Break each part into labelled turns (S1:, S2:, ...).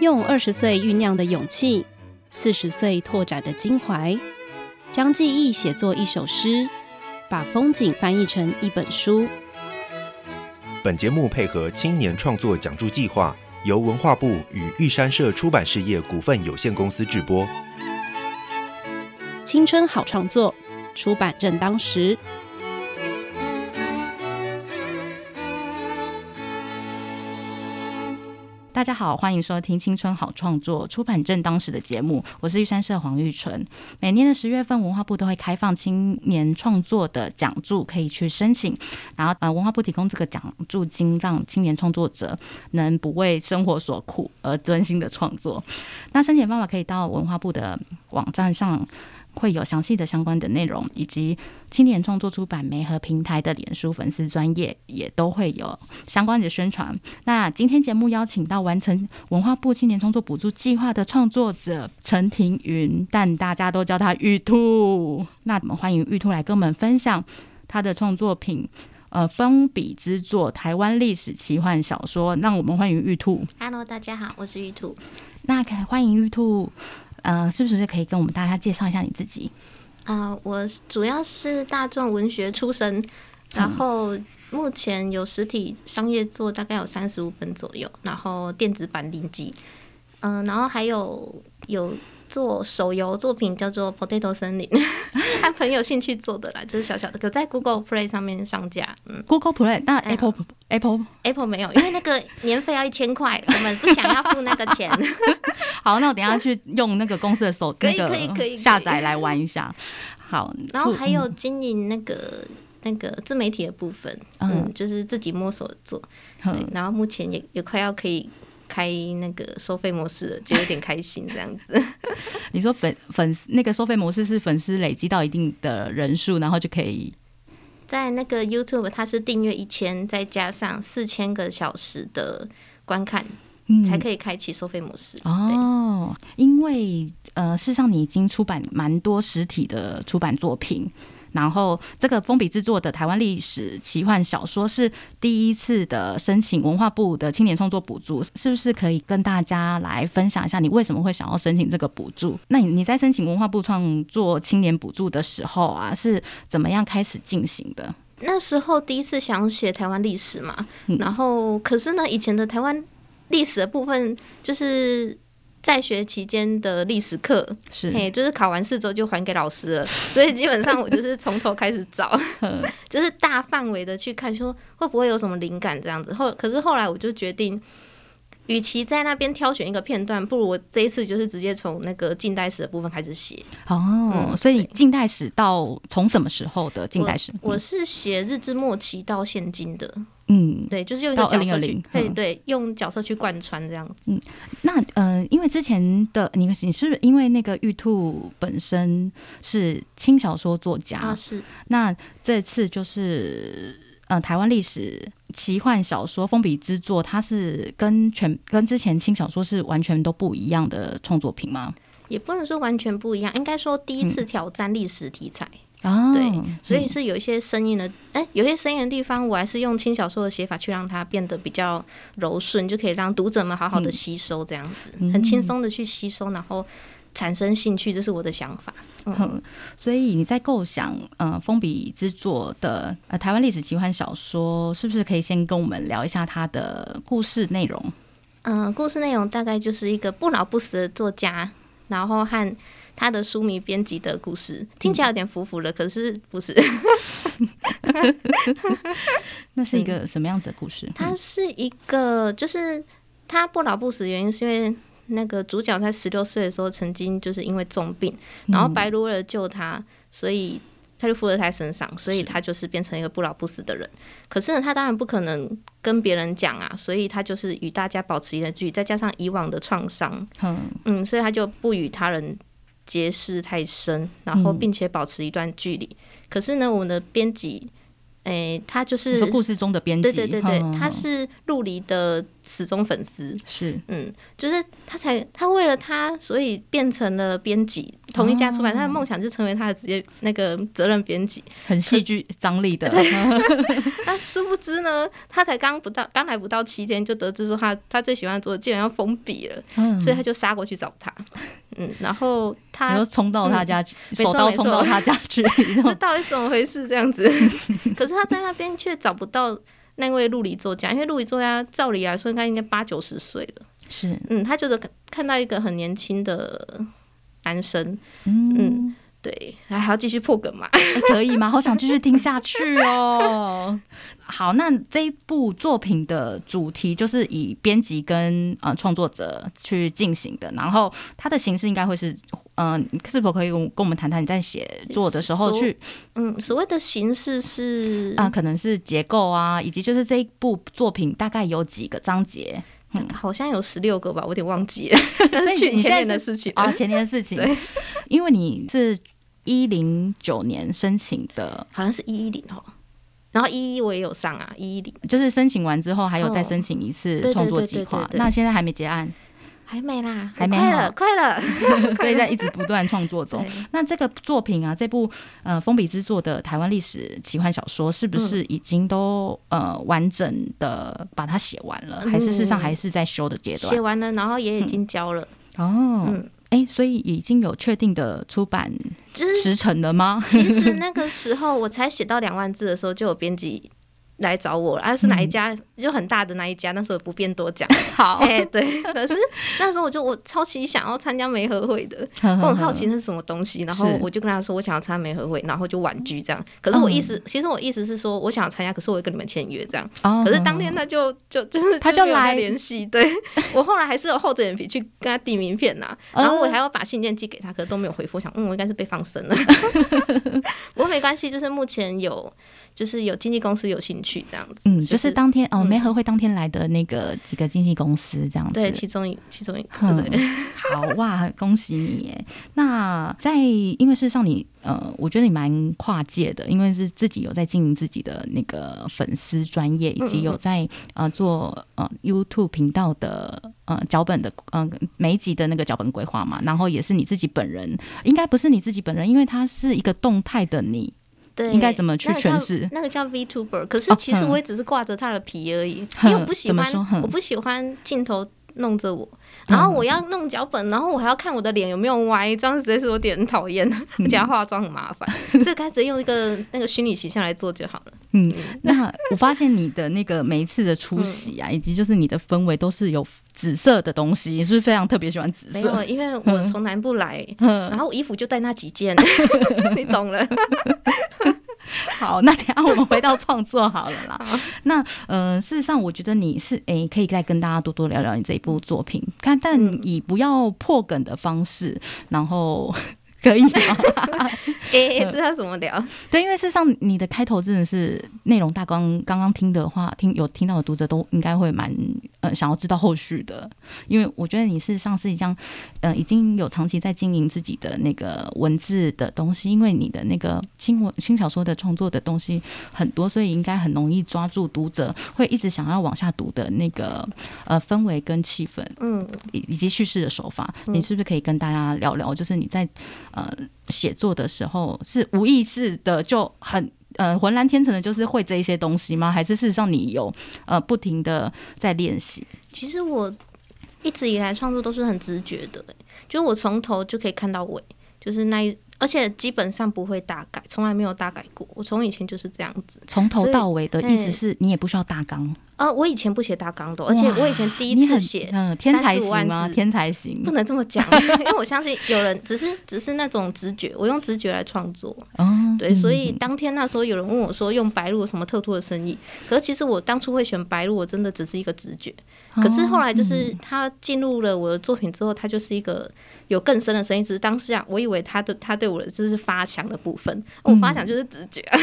S1: 用二十岁酝酿的勇气，四十岁拓展的襟怀，将记忆写作一首诗，把风景翻译成一本书。
S2: 本节目配合青年创作奖助计划，由文化部与玉山社出版事业股份有限公司制播。
S1: 青春好创作，出版正当时。
S3: 大家好，欢迎收听《青春好创作》出版正当时的节目，我是玉山社黄玉纯。每年的十月份，文化部都会开放青年创作的奖助，可以去申请。然后，呃，文化部提供这个奖助金，让青年创作者能不为生活所苦而专心的创作。那申请方法可以到文化部的网站上。会有详细的相关的内容，以及青年创作出版媒和平台的脸书粉丝专业也都会有相关的宣传。那今天节目邀请到完成文化部青年创作补助计划的创作者陈庭云，但大家都叫他玉兔。那我们欢迎玉兔来跟我们分享他的创作品，呃，封笔之作《台湾历史奇幻小说》。让我们欢迎玉兔。
S4: Hello，大家好，我是玉兔。
S3: 那可欢迎玉兔。呃，是不是可以跟我们大家介绍一下你自己？
S4: 啊、呃，我主要是大众文学出身，然后目前有实体商业作大概有三十五本左右，然后电子版零集，嗯、呃，然后还有有做手游作品叫做《Potato 森林》， 看朋友兴趣做的啦，就是小小的，可在 Google Play 上面上架。
S3: 嗯，Google Play 那 Apple、嗯、Apple
S4: Apple 没有，因为那个年费要一千块，我们不想要付那个钱。
S3: 好，那我等下去用那个公司的手
S4: 可
S3: 那
S4: 以可以可以
S3: 个下载来玩一下。好，
S4: 然后还有经营那个、那个自媒体的部分，嗯，就是自己摸索做，
S3: 嗯
S4: 对，然后目前也也快要可以开那个收费模式了，就有点开心这样 子。
S3: 你说粉粉丝那个收费模式是粉丝累积到一定的人数，然后就可以
S4: 在那个 YouTube 它是订阅一千，再加上四千个小时的观看，
S3: 嗯
S4: 才可以开启收费模式。
S3: 哦，因为呃，事实上你已经出版蛮多实体的出版作品，然后这个封笔制作的台湾历史奇幻小说是第一次的申请文化部的青年创作补助，是不是可以跟大家来分享一下你为什么会想要申请这个补助？那你你在申请文化部创作青年补助的时候啊，是怎么样开始进行的？
S4: 那时候第一次想写台湾历史嘛，
S3: 嗯
S4: 然后可是呢，以前的台湾历史的部分，就是在学期间的历史课，
S3: 是
S4: 嘿，就是考完试之后就还给老师了，所以基本上我就是从头开始 找，
S3: 嗯
S4: 就是大范围的去看，说会不会有什么灵感这样子。后可是后来我就决定，与其在那边挑选一个片段，不如我这一次就是直接从那个近代史的部分开始写。
S3: 哦，所以
S4: 嗯对
S3: 近代史到从什么时候的近代史？
S4: 我我是写日治末期到现今的，
S3: 嗯，
S4: 对，就是用一个
S3: 到
S4: 角色去
S3: 2020，
S4: 对
S3: 嗯
S4: 对，用角色去贯穿这样子。
S3: 那呃，因为之前的你，你是不是因为那个玉兔本身是轻小说作家，
S4: 啊，是
S3: 那这次就是呃，台湾历史奇幻小说封笔之作，它是跟全跟之前轻小说是完全都不一样的创作品吗？
S4: 也不能说完全不一样，应该说第
S3: 嗯
S4: 一次挑战历史题材，
S3: 啊
S4: 对所以是有一些生硬的，哎、有些生硬的地方，我还是用轻小说的写法去让它变得比较柔顺，就可以让读者们好好的吸收，这样子、很轻松的去吸收，然后产生兴趣，这是我的想法。
S3: 嗯，所以你在构想呃封笔之作的呃台湾历史奇幻小说，是不是可以先跟我们聊一下它的故事内容？
S4: 嗯、故事内容大概就是一个不老不死的作家，然后和他的书迷编辑的故事，听起来有点浮浮了，可是不是。
S3: 那是一个什么样子的故事？
S4: 嗯
S3: 嗯
S4: 它是一个，就是他不老不死的原因是因为那个主角在十六岁的时候曾经就是因为重病，然
S3: 嗯
S4: 后白鹿为了救他，所以他就附在他身上，所以他就是变成一个不老不死的人。可是呢，他当然不可能跟别人讲啊，所以他就是与大家保持一定的距离，再加上以往的创伤，
S3: 嗯，
S4: 嗯，所以他就不与他人结识太深，然
S3: 嗯
S4: 后并且保持一段距离。可是呢，我们的编辑，诶、他就
S3: 你
S4: 是
S3: 说故事中的编辑，
S4: 对对对对
S3: 嗯，
S4: 他是陆离的死忠粉丝，
S3: 是
S4: 嗯，就是他才他为了他，所以变成了编辑，同一家出版，他的梦想就成为他的职业那个责任编 辑。
S3: 很戏剧张力的，
S4: 那殊不知呢，他才刚不到刚来不到七天，就得知说他他最喜欢做的竟然要封笔了，
S3: 嗯
S4: 所以他就杀过去找他。嗯，然后
S3: 你
S4: 他
S3: 就冲到他家去，
S4: 没
S3: 手
S4: 错
S3: 刀
S4: 没错
S3: 冲到他家去，你知道
S4: 这
S3: 吗
S4: 到底怎么回事？这样 子，可是他在那边却找不到那位陆离作家，因为陆离作家照理来说应该应该八九十岁了。
S3: 是
S4: 嗯，他就是看到一个很年轻的男生，
S3: 嗯
S4: 嗯，对，还还要继续破梗嘛？
S3: 哎可以吗？好想继续听下去哦。好，那这一部作品的主题就是以编辑跟呃创作者去进行的，然后它的形式应该会是，嗯、是否可以跟我跟我们谈谈你在写作的时候
S4: 说
S3: 去
S4: 嗯，所谓的形式是
S3: 啊、可能是结构啊，以及就是这一部作品大概有几个章 节
S4: 好像有十六个吧，我有点忘记了，那
S3: 所以
S4: 是去
S3: 你现
S4: 前
S3: 在
S4: 年的
S3: 是
S4: 事情。
S3: 啊，前年的事情
S4: 对
S3: 因为你是一零九年申请的，
S4: 好像是一一零哦。然后一一我也有上啊，一一零
S3: 就是申请完之后还有再
S4: 哦
S3: 申请一次
S4: 对对
S3: 创作
S4: 对
S3: 计
S4: 对
S3: 划，
S4: 对对
S3: 那现在还没结案，
S4: 还没啦，
S3: 还没
S4: 哎快
S3: 哦
S4: 了，快 了。
S3: 所以在一直不断创作中。那这个作品啊，这部呃封笔之作的台湾历史奇幻小说，是不
S4: 嗯
S3: 是已经都、呃完整的把它写完了，
S4: 嗯
S3: 还是事实上还是在修的阶段
S4: 写？完了，然后也已经交了，
S3: 哦，哎、
S4: 嗯
S3: 所以已经有确定的出版
S4: 就是
S3: 时辰了吗？
S4: 其实那个时候我才写到两万字的时候，就有编辑来找我了，啊是哪一家、就很大的那一家，那时候也不便多讲。
S3: 嗯好
S4: 哎、对，可是那时候我就我超级想要参加梅和会的， 我很好奇那是什么东西，然后
S3: 嗯是
S4: 我就跟他说我想要参加梅和会，然后就婉拒这样。可是我意思，
S3: 嗯
S4: 其实我意思是说我想要参加，可是我会跟你们签约这样。
S3: 哦
S4: 可是当天他就就就是
S3: 他就
S4: 没有再
S3: 来
S4: 联系，对 我后来还是有厚着脸皮去跟他递名片呐，
S3: 嗯
S4: 然后我还要把信件寄给他，可是都没有回复，我想嗯我应该是被放 生了，不过没关系，就是目前有就是有经纪公司有兴趣这样子，
S3: 嗯，
S4: 所以
S3: 就是当天哦，
S4: 嗯
S3: 梅和会当天来的那个几个经纪公司这样子。
S4: 对其中一其中一个
S3: 哼
S4: 对。
S3: 好哇，恭喜你耶！那在因为事实上你呃，我觉得你蛮跨界的，因为是自己有在经营自己的那个粉丝专业，以
S4: 嗯
S3: 及有在呃做呃 YouTube 频道的呃脚本的呃每一集的那个脚本规划嘛，然后也是你自己本人，应该不是你自己本人，因为它是一个动态的你，
S4: 对，
S3: 应该怎么去
S4: 那个叫
S3: 诠释
S4: 那个叫 VTuber，可是
S3: 哦
S4: 其实
S3: 哼
S4: 我也只是挂着他的皮而已，
S3: 哼
S4: 因为我不喜
S3: 怎么
S4: 欢
S3: 说哼，
S4: 我不喜欢镜头弄着我，然后我要弄脚本，然后我还要看我的脸有没有歪，这样实在是有点讨厌，而
S3: 嗯
S4: 且要化妆很 麻烦，所以该直接用一个那个虚拟形象来做就好了。
S3: 嗯，那我发现你的那个每一次的出席
S4: 嗯
S3: 啊，以及就是你的氛围都是有紫色的东西，你是不是非常特别喜欢紫
S4: 没有，
S3: 色？
S4: 因为
S3: 嗯
S4: 我从南部来，然后我衣服就带那几 件，你懂了。
S3: 好，那等一下我们回到创作好了啦。那呃，事实上我觉得你是诶、可以再跟大家多多聊聊你这一部作品，看但以不要破梗的方式，然后 可以吗？
S4: 哎、
S3: 嗯
S4: 这要怎么聊？
S3: 对，因为事实上你的开头真的是内容大纲，刚刚听的话，听有听到的读者都应该会蛮呃想要知道后续的，因为我觉得你事实上是一样，呃，已经有长期在经营自己的那个文字的东西，因为你的那个新文新小说的创作的东西很多，所以应该很容易抓住读者会一直想要往下读的那个呃氛围跟气氛。
S4: 嗯，
S3: 以以及叙事的手法，你是不是可以跟大家聊聊？就是你在呃写作的时候，是无意识的就很呃浑然天成的，就是会这一些东西吗？还是事实上你有呃不停的在练习？
S4: 其实我一直以来创作都是很直觉的、欸，就是我从头就可以看到尾，就是那一，而且基本上不会大改，从来没有大改过。我从以前就是这样子。
S3: 从头
S4: 所以
S3: 到尾的意思
S4: 嗯
S3: 是你也不需要大纲，
S4: 呃，我以前不写大纲的，而且我以前第
S3: 你
S4: 一次
S3: 很
S4: 写，
S3: 嗯、天才
S4: 35万
S3: 型吗？
S4: 字
S3: 天才型
S4: 不能这么 讲，因为我相信有人只是只是那种直觉，我用直觉来创作。
S3: 哦，
S4: 对，所以当天那时候有人问我说用白鹿有什么特殊的生意，可是其实我当初会选白鹿，我真的只是一个直觉。
S3: 嗯
S4: 可是后来就
S3: 哦
S4: 是他进入了我的作品之后，他就是一个有更深的声音。只是当时啊，我以为他的他对我的就是发想的部分，哦我发
S3: 嗯
S4: 想就是直觉、 啊。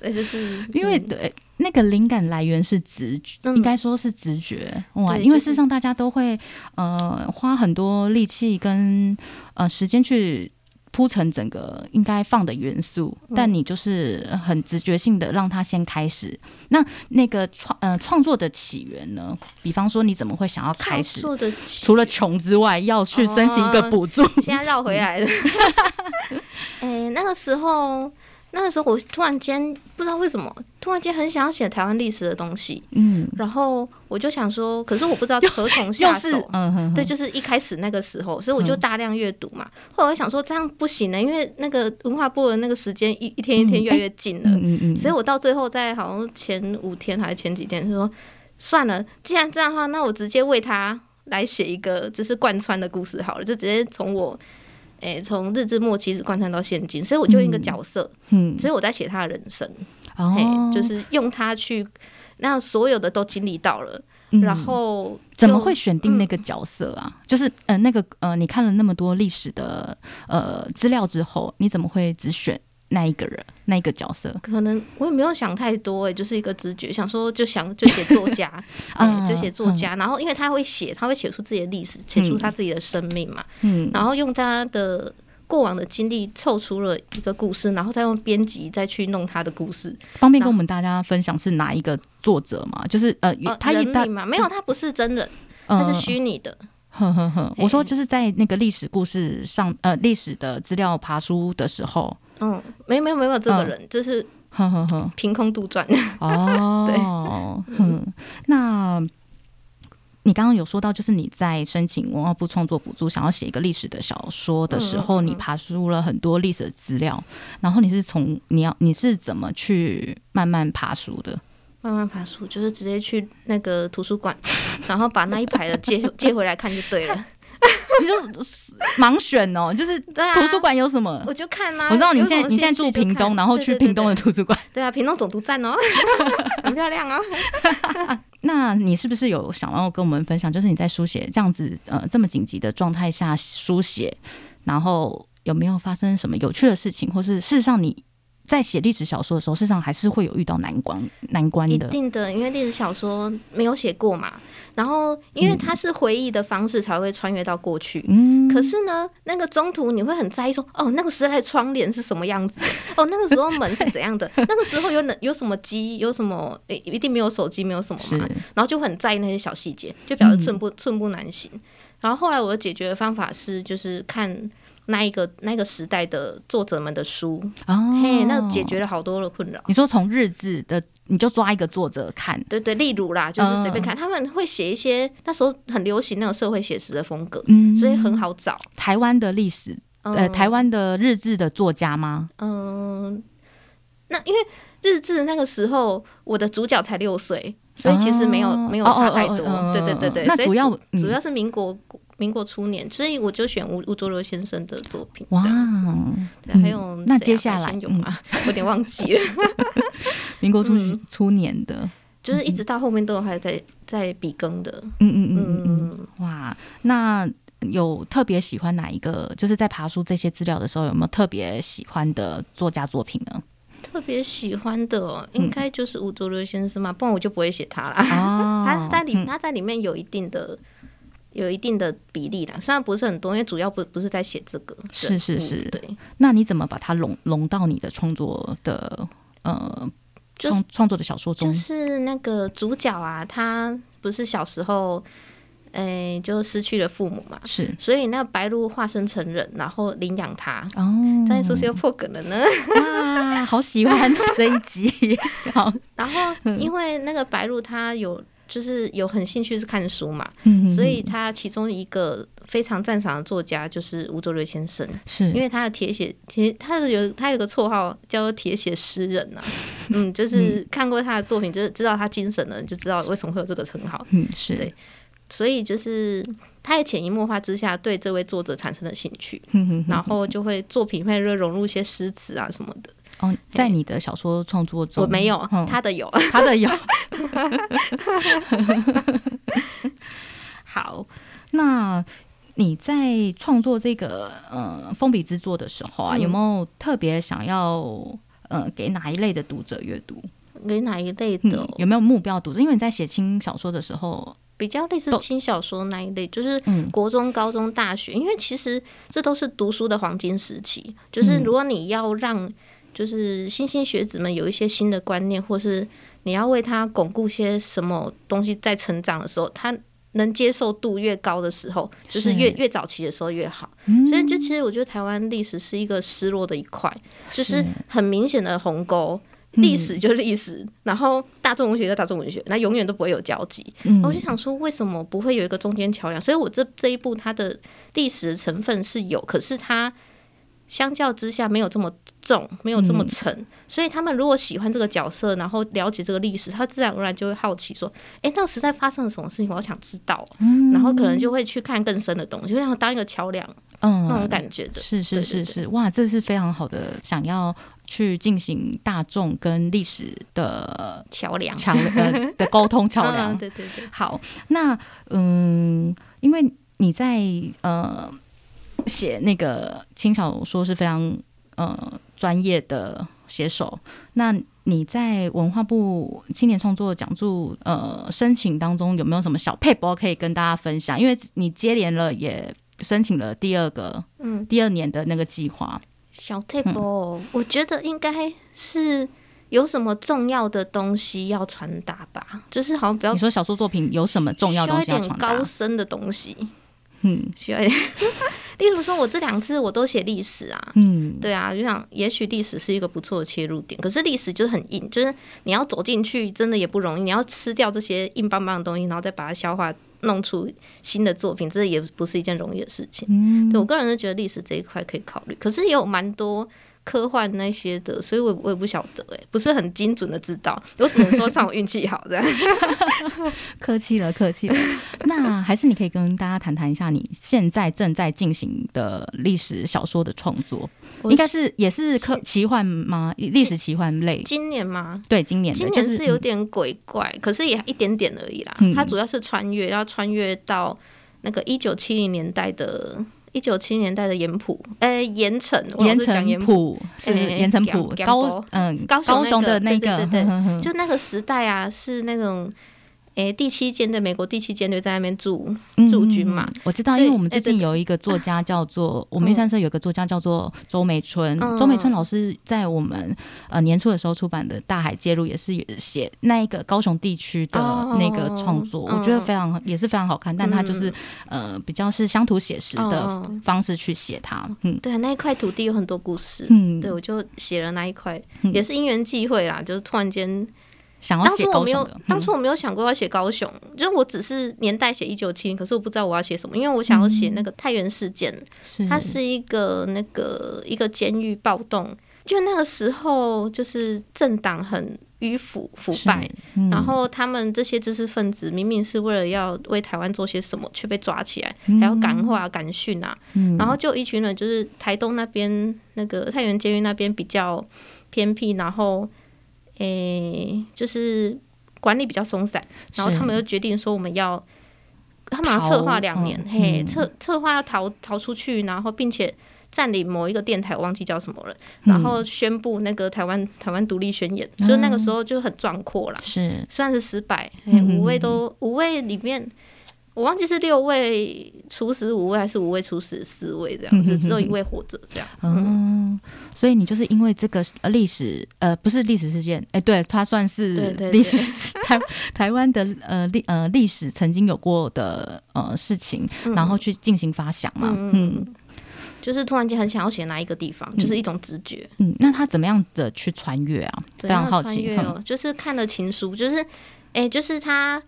S4: 对，就是
S3: 因为
S4: 嗯
S3: 对。那个灵感来源是直觉，
S4: 嗯
S3: 应该说是直觉哇！
S4: 对
S3: 因为
S4: 就
S3: 事
S4: 是
S3: 实上大家都会呃花很多力气跟呃时间去铺成整个应该放的元素，
S4: 嗯
S3: 但你就是很直觉性的让它先开始。那那个创呃创作的起源呢？比方说你怎么会想要开始？
S4: 做的
S3: 除了穷之外，要去申请一个补助，
S4: 哦现在绕回来了。 哎、那个时候，那个时候我突然间不知道为什么，突然间很想写台湾历史的东西，
S3: 嗯，
S4: 然后我就想说，可是我不知道何从
S3: 又
S4: 下手。
S3: 是嗯哼哼
S4: 对，就是一开始那个时候，所以我就大量阅读嘛。后来我想说这样不行欸呢，因为那个文化部的那个时间一一天一天
S3: 嗯
S4: 越来越近了，
S3: 嗯嗯嗯，
S4: 所以我到最后在好像前五天还是前几天就说，算了，既然这样的话，那我直接为他来写一个就是贯穿的故事好了，就直接从我。诶，从日治末期一直贯穿到现今，所以我就用一个角色，
S3: 嗯，
S4: 所以我在写他的人生，嘿，
S3: 哦，
S4: 就是用他去，那所有的都经历到了，
S3: 嗯
S4: 然后
S3: 怎么
S4: 就嗯
S3: 会选定那个角色啊？就是呃，那个呃，你看了那么多历史的呃资料之后，你怎么会只选那一个人、那一个角色？
S4: 可能我也没有想太多、欸，就是一个直觉，想说就想就写作 家，
S3: 啊
S4: 嗯，就写作家。然后因为他会写，他会写出自己的历史，写出他自己的生命嘛，
S3: 嗯，
S4: 然后用他的过往的经历凑出了一个故事，然后再用编辑再去弄他的故事。
S3: 方便跟我们大家分享是哪一个作者吗？就是呃，也
S4: 呃
S3: 他一
S4: 人
S3: 大
S4: 名嘛，没有，他不是真人，
S3: 呃
S4: 他是虚拟的。
S3: 呵呵呵，我说就是在那个历史故事上，呃，历史的资料爬书的时候，
S4: 嗯，没没有没有这个
S3: 嗯
S4: 人，就是
S3: 呵呵呵，
S4: 凭空杜撰。
S3: 哦，嗯，那你刚刚有说到，就是你在申请文化部创作补助，想要写一个历史的小说的时候，
S4: 嗯嗯嗯
S3: 你爬出了很多历史的资料，然后你是从你要你是怎么去慢慢爬书的？
S4: 慢慢爬书，就是直接去那个图书馆， 然后把那一排的借借回来看就对了。
S3: 你就是盲选哦，就是
S4: 对啊
S3: 图书馆有什么？
S4: 我就看啊，
S3: 嗯我知道你
S4: 有
S3: 现在
S4: 什么
S3: 你现在
S4: 兴
S3: 住
S4: 趣就
S3: 屏东，
S4: 看
S3: 然后
S4: 对
S3: 去
S4: 对对
S3: 屏东的
S4: 对
S3: 图书馆。
S4: 对啊，屏东总督站 哦，很漂亮哦。
S3: 那你是不是有想要跟我们分享，就是你在书写这样子呃这么紧急的状态下书写，然后有没有发生什么有趣的事情，或是事实上你在写历史小说的时候，事实上还是会有遇到难关难关
S4: 一
S3: 的，
S4: 定的，因为历史小说没有写过嘛，然后因为它是回忆的方式才会穿越到过去。
S3: 嗯，
S4: 可是呢，那个中途你会很在意说，哦，那个时代的窗帘是什么样 子的？哦，那个时候门是怎样的？那个时候有哪有什么机，有什么、诶一定没有手机，没有什么
S3: 是
S4: 嘛。然后就很在意那些小细节，就
S3: 嗯
S4: 表示寸步寸步难行。然后后来我的解决的方法是，就是看那一个那个时代的作者们的书，
S3: 哦，
S4: 嘿，那解决了好多的困扰。
S3: 你说从日志的你就抓一个作者看，
S4: 对对，例如啦，就是随便
S3: 嗯
S4: 看，他们会写一些那时候很流行那种社会写实的风格，
S3: 嗯，
S4: 所以很好找。
S3: 台湾的历史。呃，
S4: 嗯
S3: 台湾的日志的作家吗？
S4: 嗯，那因为日志那个时候我的主角才六岁，所以其实没有、
S3: 哦
S4: 没有差太多。
S3: 哦哦哦
S4: 对对对对，
S3: 那
S4: 所以
S3: 主要嗯
S4: 主要是民国民国初年，所以我就选吴吴浊流先生的作品。
S3: 哇
S4: 这样子，对
S3: 嗯
S4: 还有
S3: 那
S4: 谁啊
S3: 接下
S4: 白
S3: 来嗯
S4: 先勇啊， 我有点忘 记了，
S3: 民国初、
S4: 嗯
S3: 初年的，
S4: 就是一直到后面都还在在笔耕的。
S3: 嗯嗯嗯嗯嗯，
S4: 嗯，
S3: 哇，那有特别喜欢哪一个？就是在爬书这些资料的时候，有没有特别喜欢的作家作品呢？
S4: 特别喜欢的哦、
S3: 嗯
S4: 应该就是吴浊流先生嘛，不然我就不会写他啦。
S3: 哦
S4: 他在里他在里面有一定的有一定的比例啦，虽然不是很多，因为主要不不是在写这个人物。
S3: 是是是
S4: 对，
S3: 那你怎么把它融融到你的创作的呃
S4: 就是
S3: 创创作的小说中？
S4: 就是那个主角啊，他不是小时候，诶、就失去了父母嘛，
S3: 是
S4: 所以那白鹿化身成人，然后领养他。
S3: 哦，
S4: 但是不是又破梗了呢？
S3: 哇，好喜欢这一集，好，
S4: 然后
S3: 嗯
S4: 因为那个白鹿他有就是有很兴趣是看书嘛，
S3: 嗯
S4: 所以他其中一个非常赞赏的作家就是吴浊瑞先生，
S3: 是
S4: 因为他的铁血铁，他有他有个绰号叫做铁血诗人 呐、嗯，就是看过他的作品，就是知道他精神的人就知道为什么会有这个称号，
S3: 嗯是
S4: 对所以就是他在潜移默化之下对这位作者产生了兴趣，
S3: 嗯
S4: 然后就会作品会融入一些诗词啊什么的。
S3: 哦，在你的小说创作中，
S4: 我没有，
S3: 嗯
S4: 他的有。
S3: 他的有。好，那你在创作这个呃封笔之作的时候啊，
S4: 嗯
S3: 有没有特别想要呃给哪一类的读者阅读？
S4: 给哪一类的
S3: 嗯
S4: 哦？，
S3: 有没有目标读者？因为你在写轻小说的时候，
S4: 比较类似
S3: 都
S4: 轻小说那一类，就是
S3: 嗯
S4: 国中、高中、大学，因为其实这都是读书的黄金时期。就是
S3: 嗯
S4: 如果你要让就是新兴学子们有一些新的观念，或是你要为他巩固些什么东西，在成长的时候，他能接受度越高的时候，就是越
S3: 是嗯
S4: 越早期的时候越好。所以这其实我觉得台湾历史是一个失落的一块，就是很明显的鸿沟。
S3: 嗯
S4: 历史就历史，然后大众文学就大众文学，那永远都不会有交集。
S3: 嗯
S4: 我就想说，为什么不会有一个中间桥梁？所以我这这一部它的历史成分是有，可是它相较之下没有这么重，没有这
S3: 嗯
S4: 么沉。所以他们如果喜欢这个角色，然后了解这个历史，他自然而然就会好奇说：“诶，那个时代发生了什么事情？我好想知道。哦然后可能就会去看更深的东西，就想当一个桥梁
S3: 嗯
S4: 那种感觉的。
S3: 是是
S4: 对
S3: 是
S4: 对
S3: 是，哇，这是非常好的，想要去进行大众跟历史 的
S4: 桥梁，
S3: 桥呃的沟通桥
S4: 嗯
S3: 梁。
S4: 对对对，
S3: 好，那嗯，因为你在呃写那个轻小说是非常呃专业的写手，那你在文化部青年创作奖助呃申请当中有没有什么小配包可以跟大家分享？因为你接连了也申请了第二个
S4: 嗯，
S3: 第二年的那个计划，
S4: 小 table，、我
S3: 嗯
S4: 觉得应该是有什么重要的东西要传达吧，就是好像不要
S3: 你说小说作品有什么重要的东西
S4: 需要
S3: 要
S4: 一点
S3: 传达
S4: 高？深的东西，
S3: 嗯
S4: 需要一点。 例如说，我这两次我都写历史啊，
S3: 嗯，
S4: 对啊，就想也许历史是一个不错的切入点，可是历史就是很硬，就是你要走进去真的也不容易，你要吃掉这些硬邦邦的东西，然后再把它消化，弄出新的作品，这也不是一件容易的事情。
S3: 嗯
S4: 对我个人是觉得历史这一块可以考虑，可是也有蛮多科幻那些的，所以我我也不晓得哎、不是很精准的知道，我只能说上我运气好这样。
S3: 客气了，客 气了。那还是你可以跟大家谈谈一下你现在正在进行的历史小说的创作，
S4: 我
S3: 应该是也是科奇幻吗？历史奇幻类？
S4: 今年吗？
S3: 对，今年的
S4: 今
S3: 欸
S4: 年
S3: 就是
S4: 有点鬼怪，可是也一点点而已啦。
S3: 嗯
S4: 它主要是穿越，要穿越到那个一九七零年代的。一九七年代的盐浦，呃，盐城，我老
S3: 盐
S4: 是讲
S3: 城
S4: 盐浦，
S3: 普是
S4: 哎
S3: 盐城普
S4: 江
S3: 高
S4: 江
S3: 嗯
S4: 高雄那个
S3: 雄的那
S4: 对
S3: 个，嗯
S4: 对对对
S3: 哼哼哼
S4: 就那个时代啊，是那种，诶、第七舰队，美国第七舰队在那边驻驻军嘛
S3: 嗯，嗯嗯我知道，
S4: 所
S3: 因
S4: 以
S3: 为我们最
S4: 哎对啊
S3: 近有一个作家叫做我们玉山社有个作家叫做周美春，
S4: 嗯
S3: 周美春老师在我们呃年初的时候出版的《大海揭露》也是写那一个高雄地区的那个创作，
S4: 哦
S3: 我觉得非常也是非常好看，但它就是
S4: 嗯
S3: 呃比较是乡土写实的
S4: 嗯嗯
S3: 方式去写它，嗯
S4: 对啊，那一块土地有很多故事。
S3: 嗯，
S4: 对，我就写了那一块，
S3: 嗯
S4: 也是因缘际会啦，就是突然间，
S3: 想要
S4: 当
S3: 写
S4: 初我
S3: 高
S4: 没
S3: 雄
S4: 有
S3: 的，，
S4: 当
S3: 嗯
S4: 初我没有想过要写高雄，就是我只是年代写一九七零，可是我不知道我要写什么，因为我想要
S3: 嗯
S4: 写那个太原事件，
S3: 是
S4: 它是一个那个一个监狱暴动，就那个时候就是政党很迂腐腐败
S3: 是，嗯
S4: 然后他们这些知识分子明明是为了要为台湾做些什么，却被抓起来，还要感
S3: 嗯
S4: 化、感训啊。然后就一群人，就是台东那边那个太原监狱那边比较偏僻，然后诶、就是管理比较松散，然后
S3: 是
S4: 他们就决定说我们要。他们好像策划两年，
S3: 逃嗯
S4: 嘿，
S3: 嗯
S4: 策策划要逃逃出去，然后并且占领某一个电台，我忘记叫什么了，
S3: 嗯
S4: 然后宣布那个台湾台湾独立宣言，就是那个时候就很壮阔啦，
S3: 是
S4: 虽然是失败，
S3: 嗯
S4: 哎，
S3: 嗯
S4: 五位都五位里面，我忘记是六位处死五位还是五位处死四位这
S3: 嗯哼
S4: 样，就只有
S3: 哼
S4: 一位活着这样。嗯，
S3: 嗯，所以你就是因为这个呃历史，呃，不是历史事件，哎、对，它算是
S4: 对对对
S3: 历史 台台湾的呃历呃历史曾经有过的呃事情，然后去进行发想嘛，
S4: 嗯嗯
S3: 嗯
S4: 就是突然间很想要写哪一个地方，就是一种直觉。
S3: 嗯，那他怎么样的去穿越啊？非
S4: 对，
S3: 常
S4: 那
S3: 好
S4: 穿
S3: 奇，
S4: 越哦，就是看了情书，就是哎、就是他。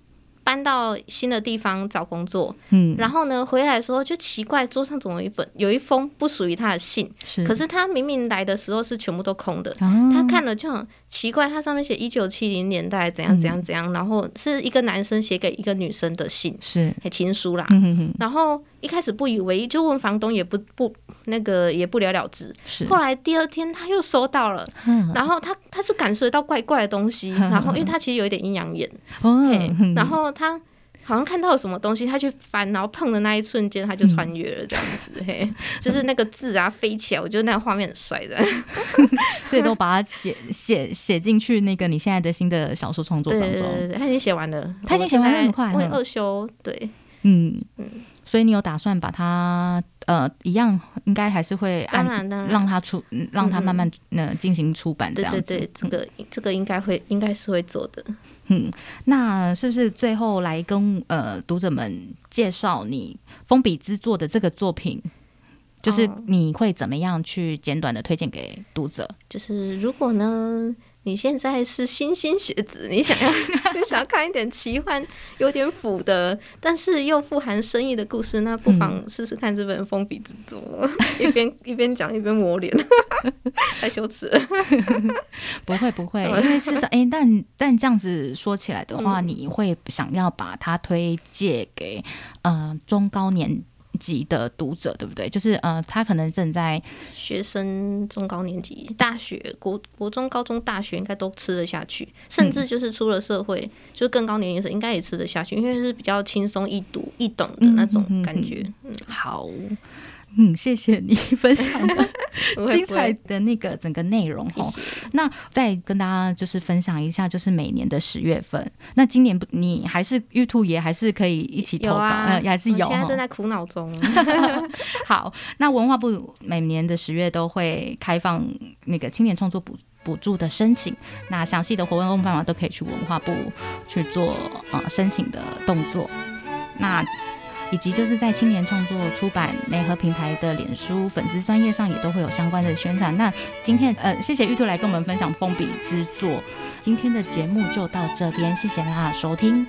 S4: 搬到新的地方找工作，
S3: 嗯，嗯
S4: 然后呢，回来的时候就奇怪，桌上怎么有一本有一封不属于他的信？
S3: 嗯是，
S4: 可是他明明来的时候是全部都空的，
S3: 啊
S4: 他看了就很奇怪，他上面写一九七零年代怎
S3: 嗯
S4: 样怎样怎样，然后是一个男生写给一个女生的信，
S3: 是，
S4: 还情书啦。
S3: 嗯哼哼，
S4: 然后一开始不以为意，就问房东也不不那个也不了了之。
S3: 是
S4: 后，来第二天他又收到了，
S3: 嗯
S4: 然后他他是感受得到怪怪的东西，然后因为他其实有一点阴阳眼，
S3: 哦
S4: 嘿，
S3: 哼
S4: 然后他好像看到了什么东西，他去翻，然后碰的那一瞬间他
S3: 嗯
S4: 就穿越了，这样子、嘿，就是那个字啊飞起来，我觉得那个画面很帅的。
S3: 所以都把它写写写进去那个你现在的新的小说创 作
S4: 对
S3: 当
S4: 对对
S3: 中。
S4: 对，他已经写完了，
S3: 他已经写完了很快
S4: 我
S3: 嗯
S4: 二修，对，
S3: 嗯
S4: 嗯，
S3: 所以你有打算把它呃一样，应该还是会
S4: 当
S3: 按
S4: 然当然，
S3: 啊让它出，嗯让它
S4: 嗯嗯
S3: 慢慢呃进行出版这
S4: 对
S3: 样子。
S4: 对对，这个这个应该会应该是会做的。
S3: 嗯，那是不是最后来跟呃读者们介绍你封笔之作的这个作品？就是
S4: 哦
S3: 你会怎么样去简短的推荐给读者？
S4: 就是如果呢，你现在是新兴学子，你想 要你想要看一点奇幻、有点腐的，但是又富含深意的故事，那不妨试试看这本《封笔之作》 一边一边讲一边抹 脸，太羞耻了。
S3: 不会不会， 因为事实上，哎、但但这样子说起来的话，
S4: 嗯
S3: 你会想要把它推荐给呃中高年级的读者，对不对？就是呃，他可能正在
S4: 学生中高年级、大学、国国中、高中、大学应该都吃得下去，甚至就是出了社会，就是更高年龄层应该也吃得下去，因为是比较轻松易读、易懂的那种
S3: 嗯嗯嗯嗯
S4: 感觉。
S3: 好，嗯，谢谢你分享的
S4: 不会
S3: 精
S4: 不
S3: 彩
S4: 会
S3: 的那个整个内容 哦。那再跟大家就是分享一下，就是每年的十月份，那今年不，你还是玉兔爷还是可以一起投
S4: 有
S3: 稿，
S4: 啊，
S3: 呃，还是
S4: 我
S3: 有
S4: 现在
S3: 哦
S4: 正在苦恼中。
S3: 好，那文化部每年的十月都会开放那个青年创作补补助的申请，那详细的活动办法都可以去文化部去做呃申请的动作。那以及就是在青年创作出版媒合平台的脸书粉丝专业上也都会有相关的宣传。那今天呃，谢谢玉兔来跟我们分享封笔之作。今天的节目就到这边，谢谢大家的收听，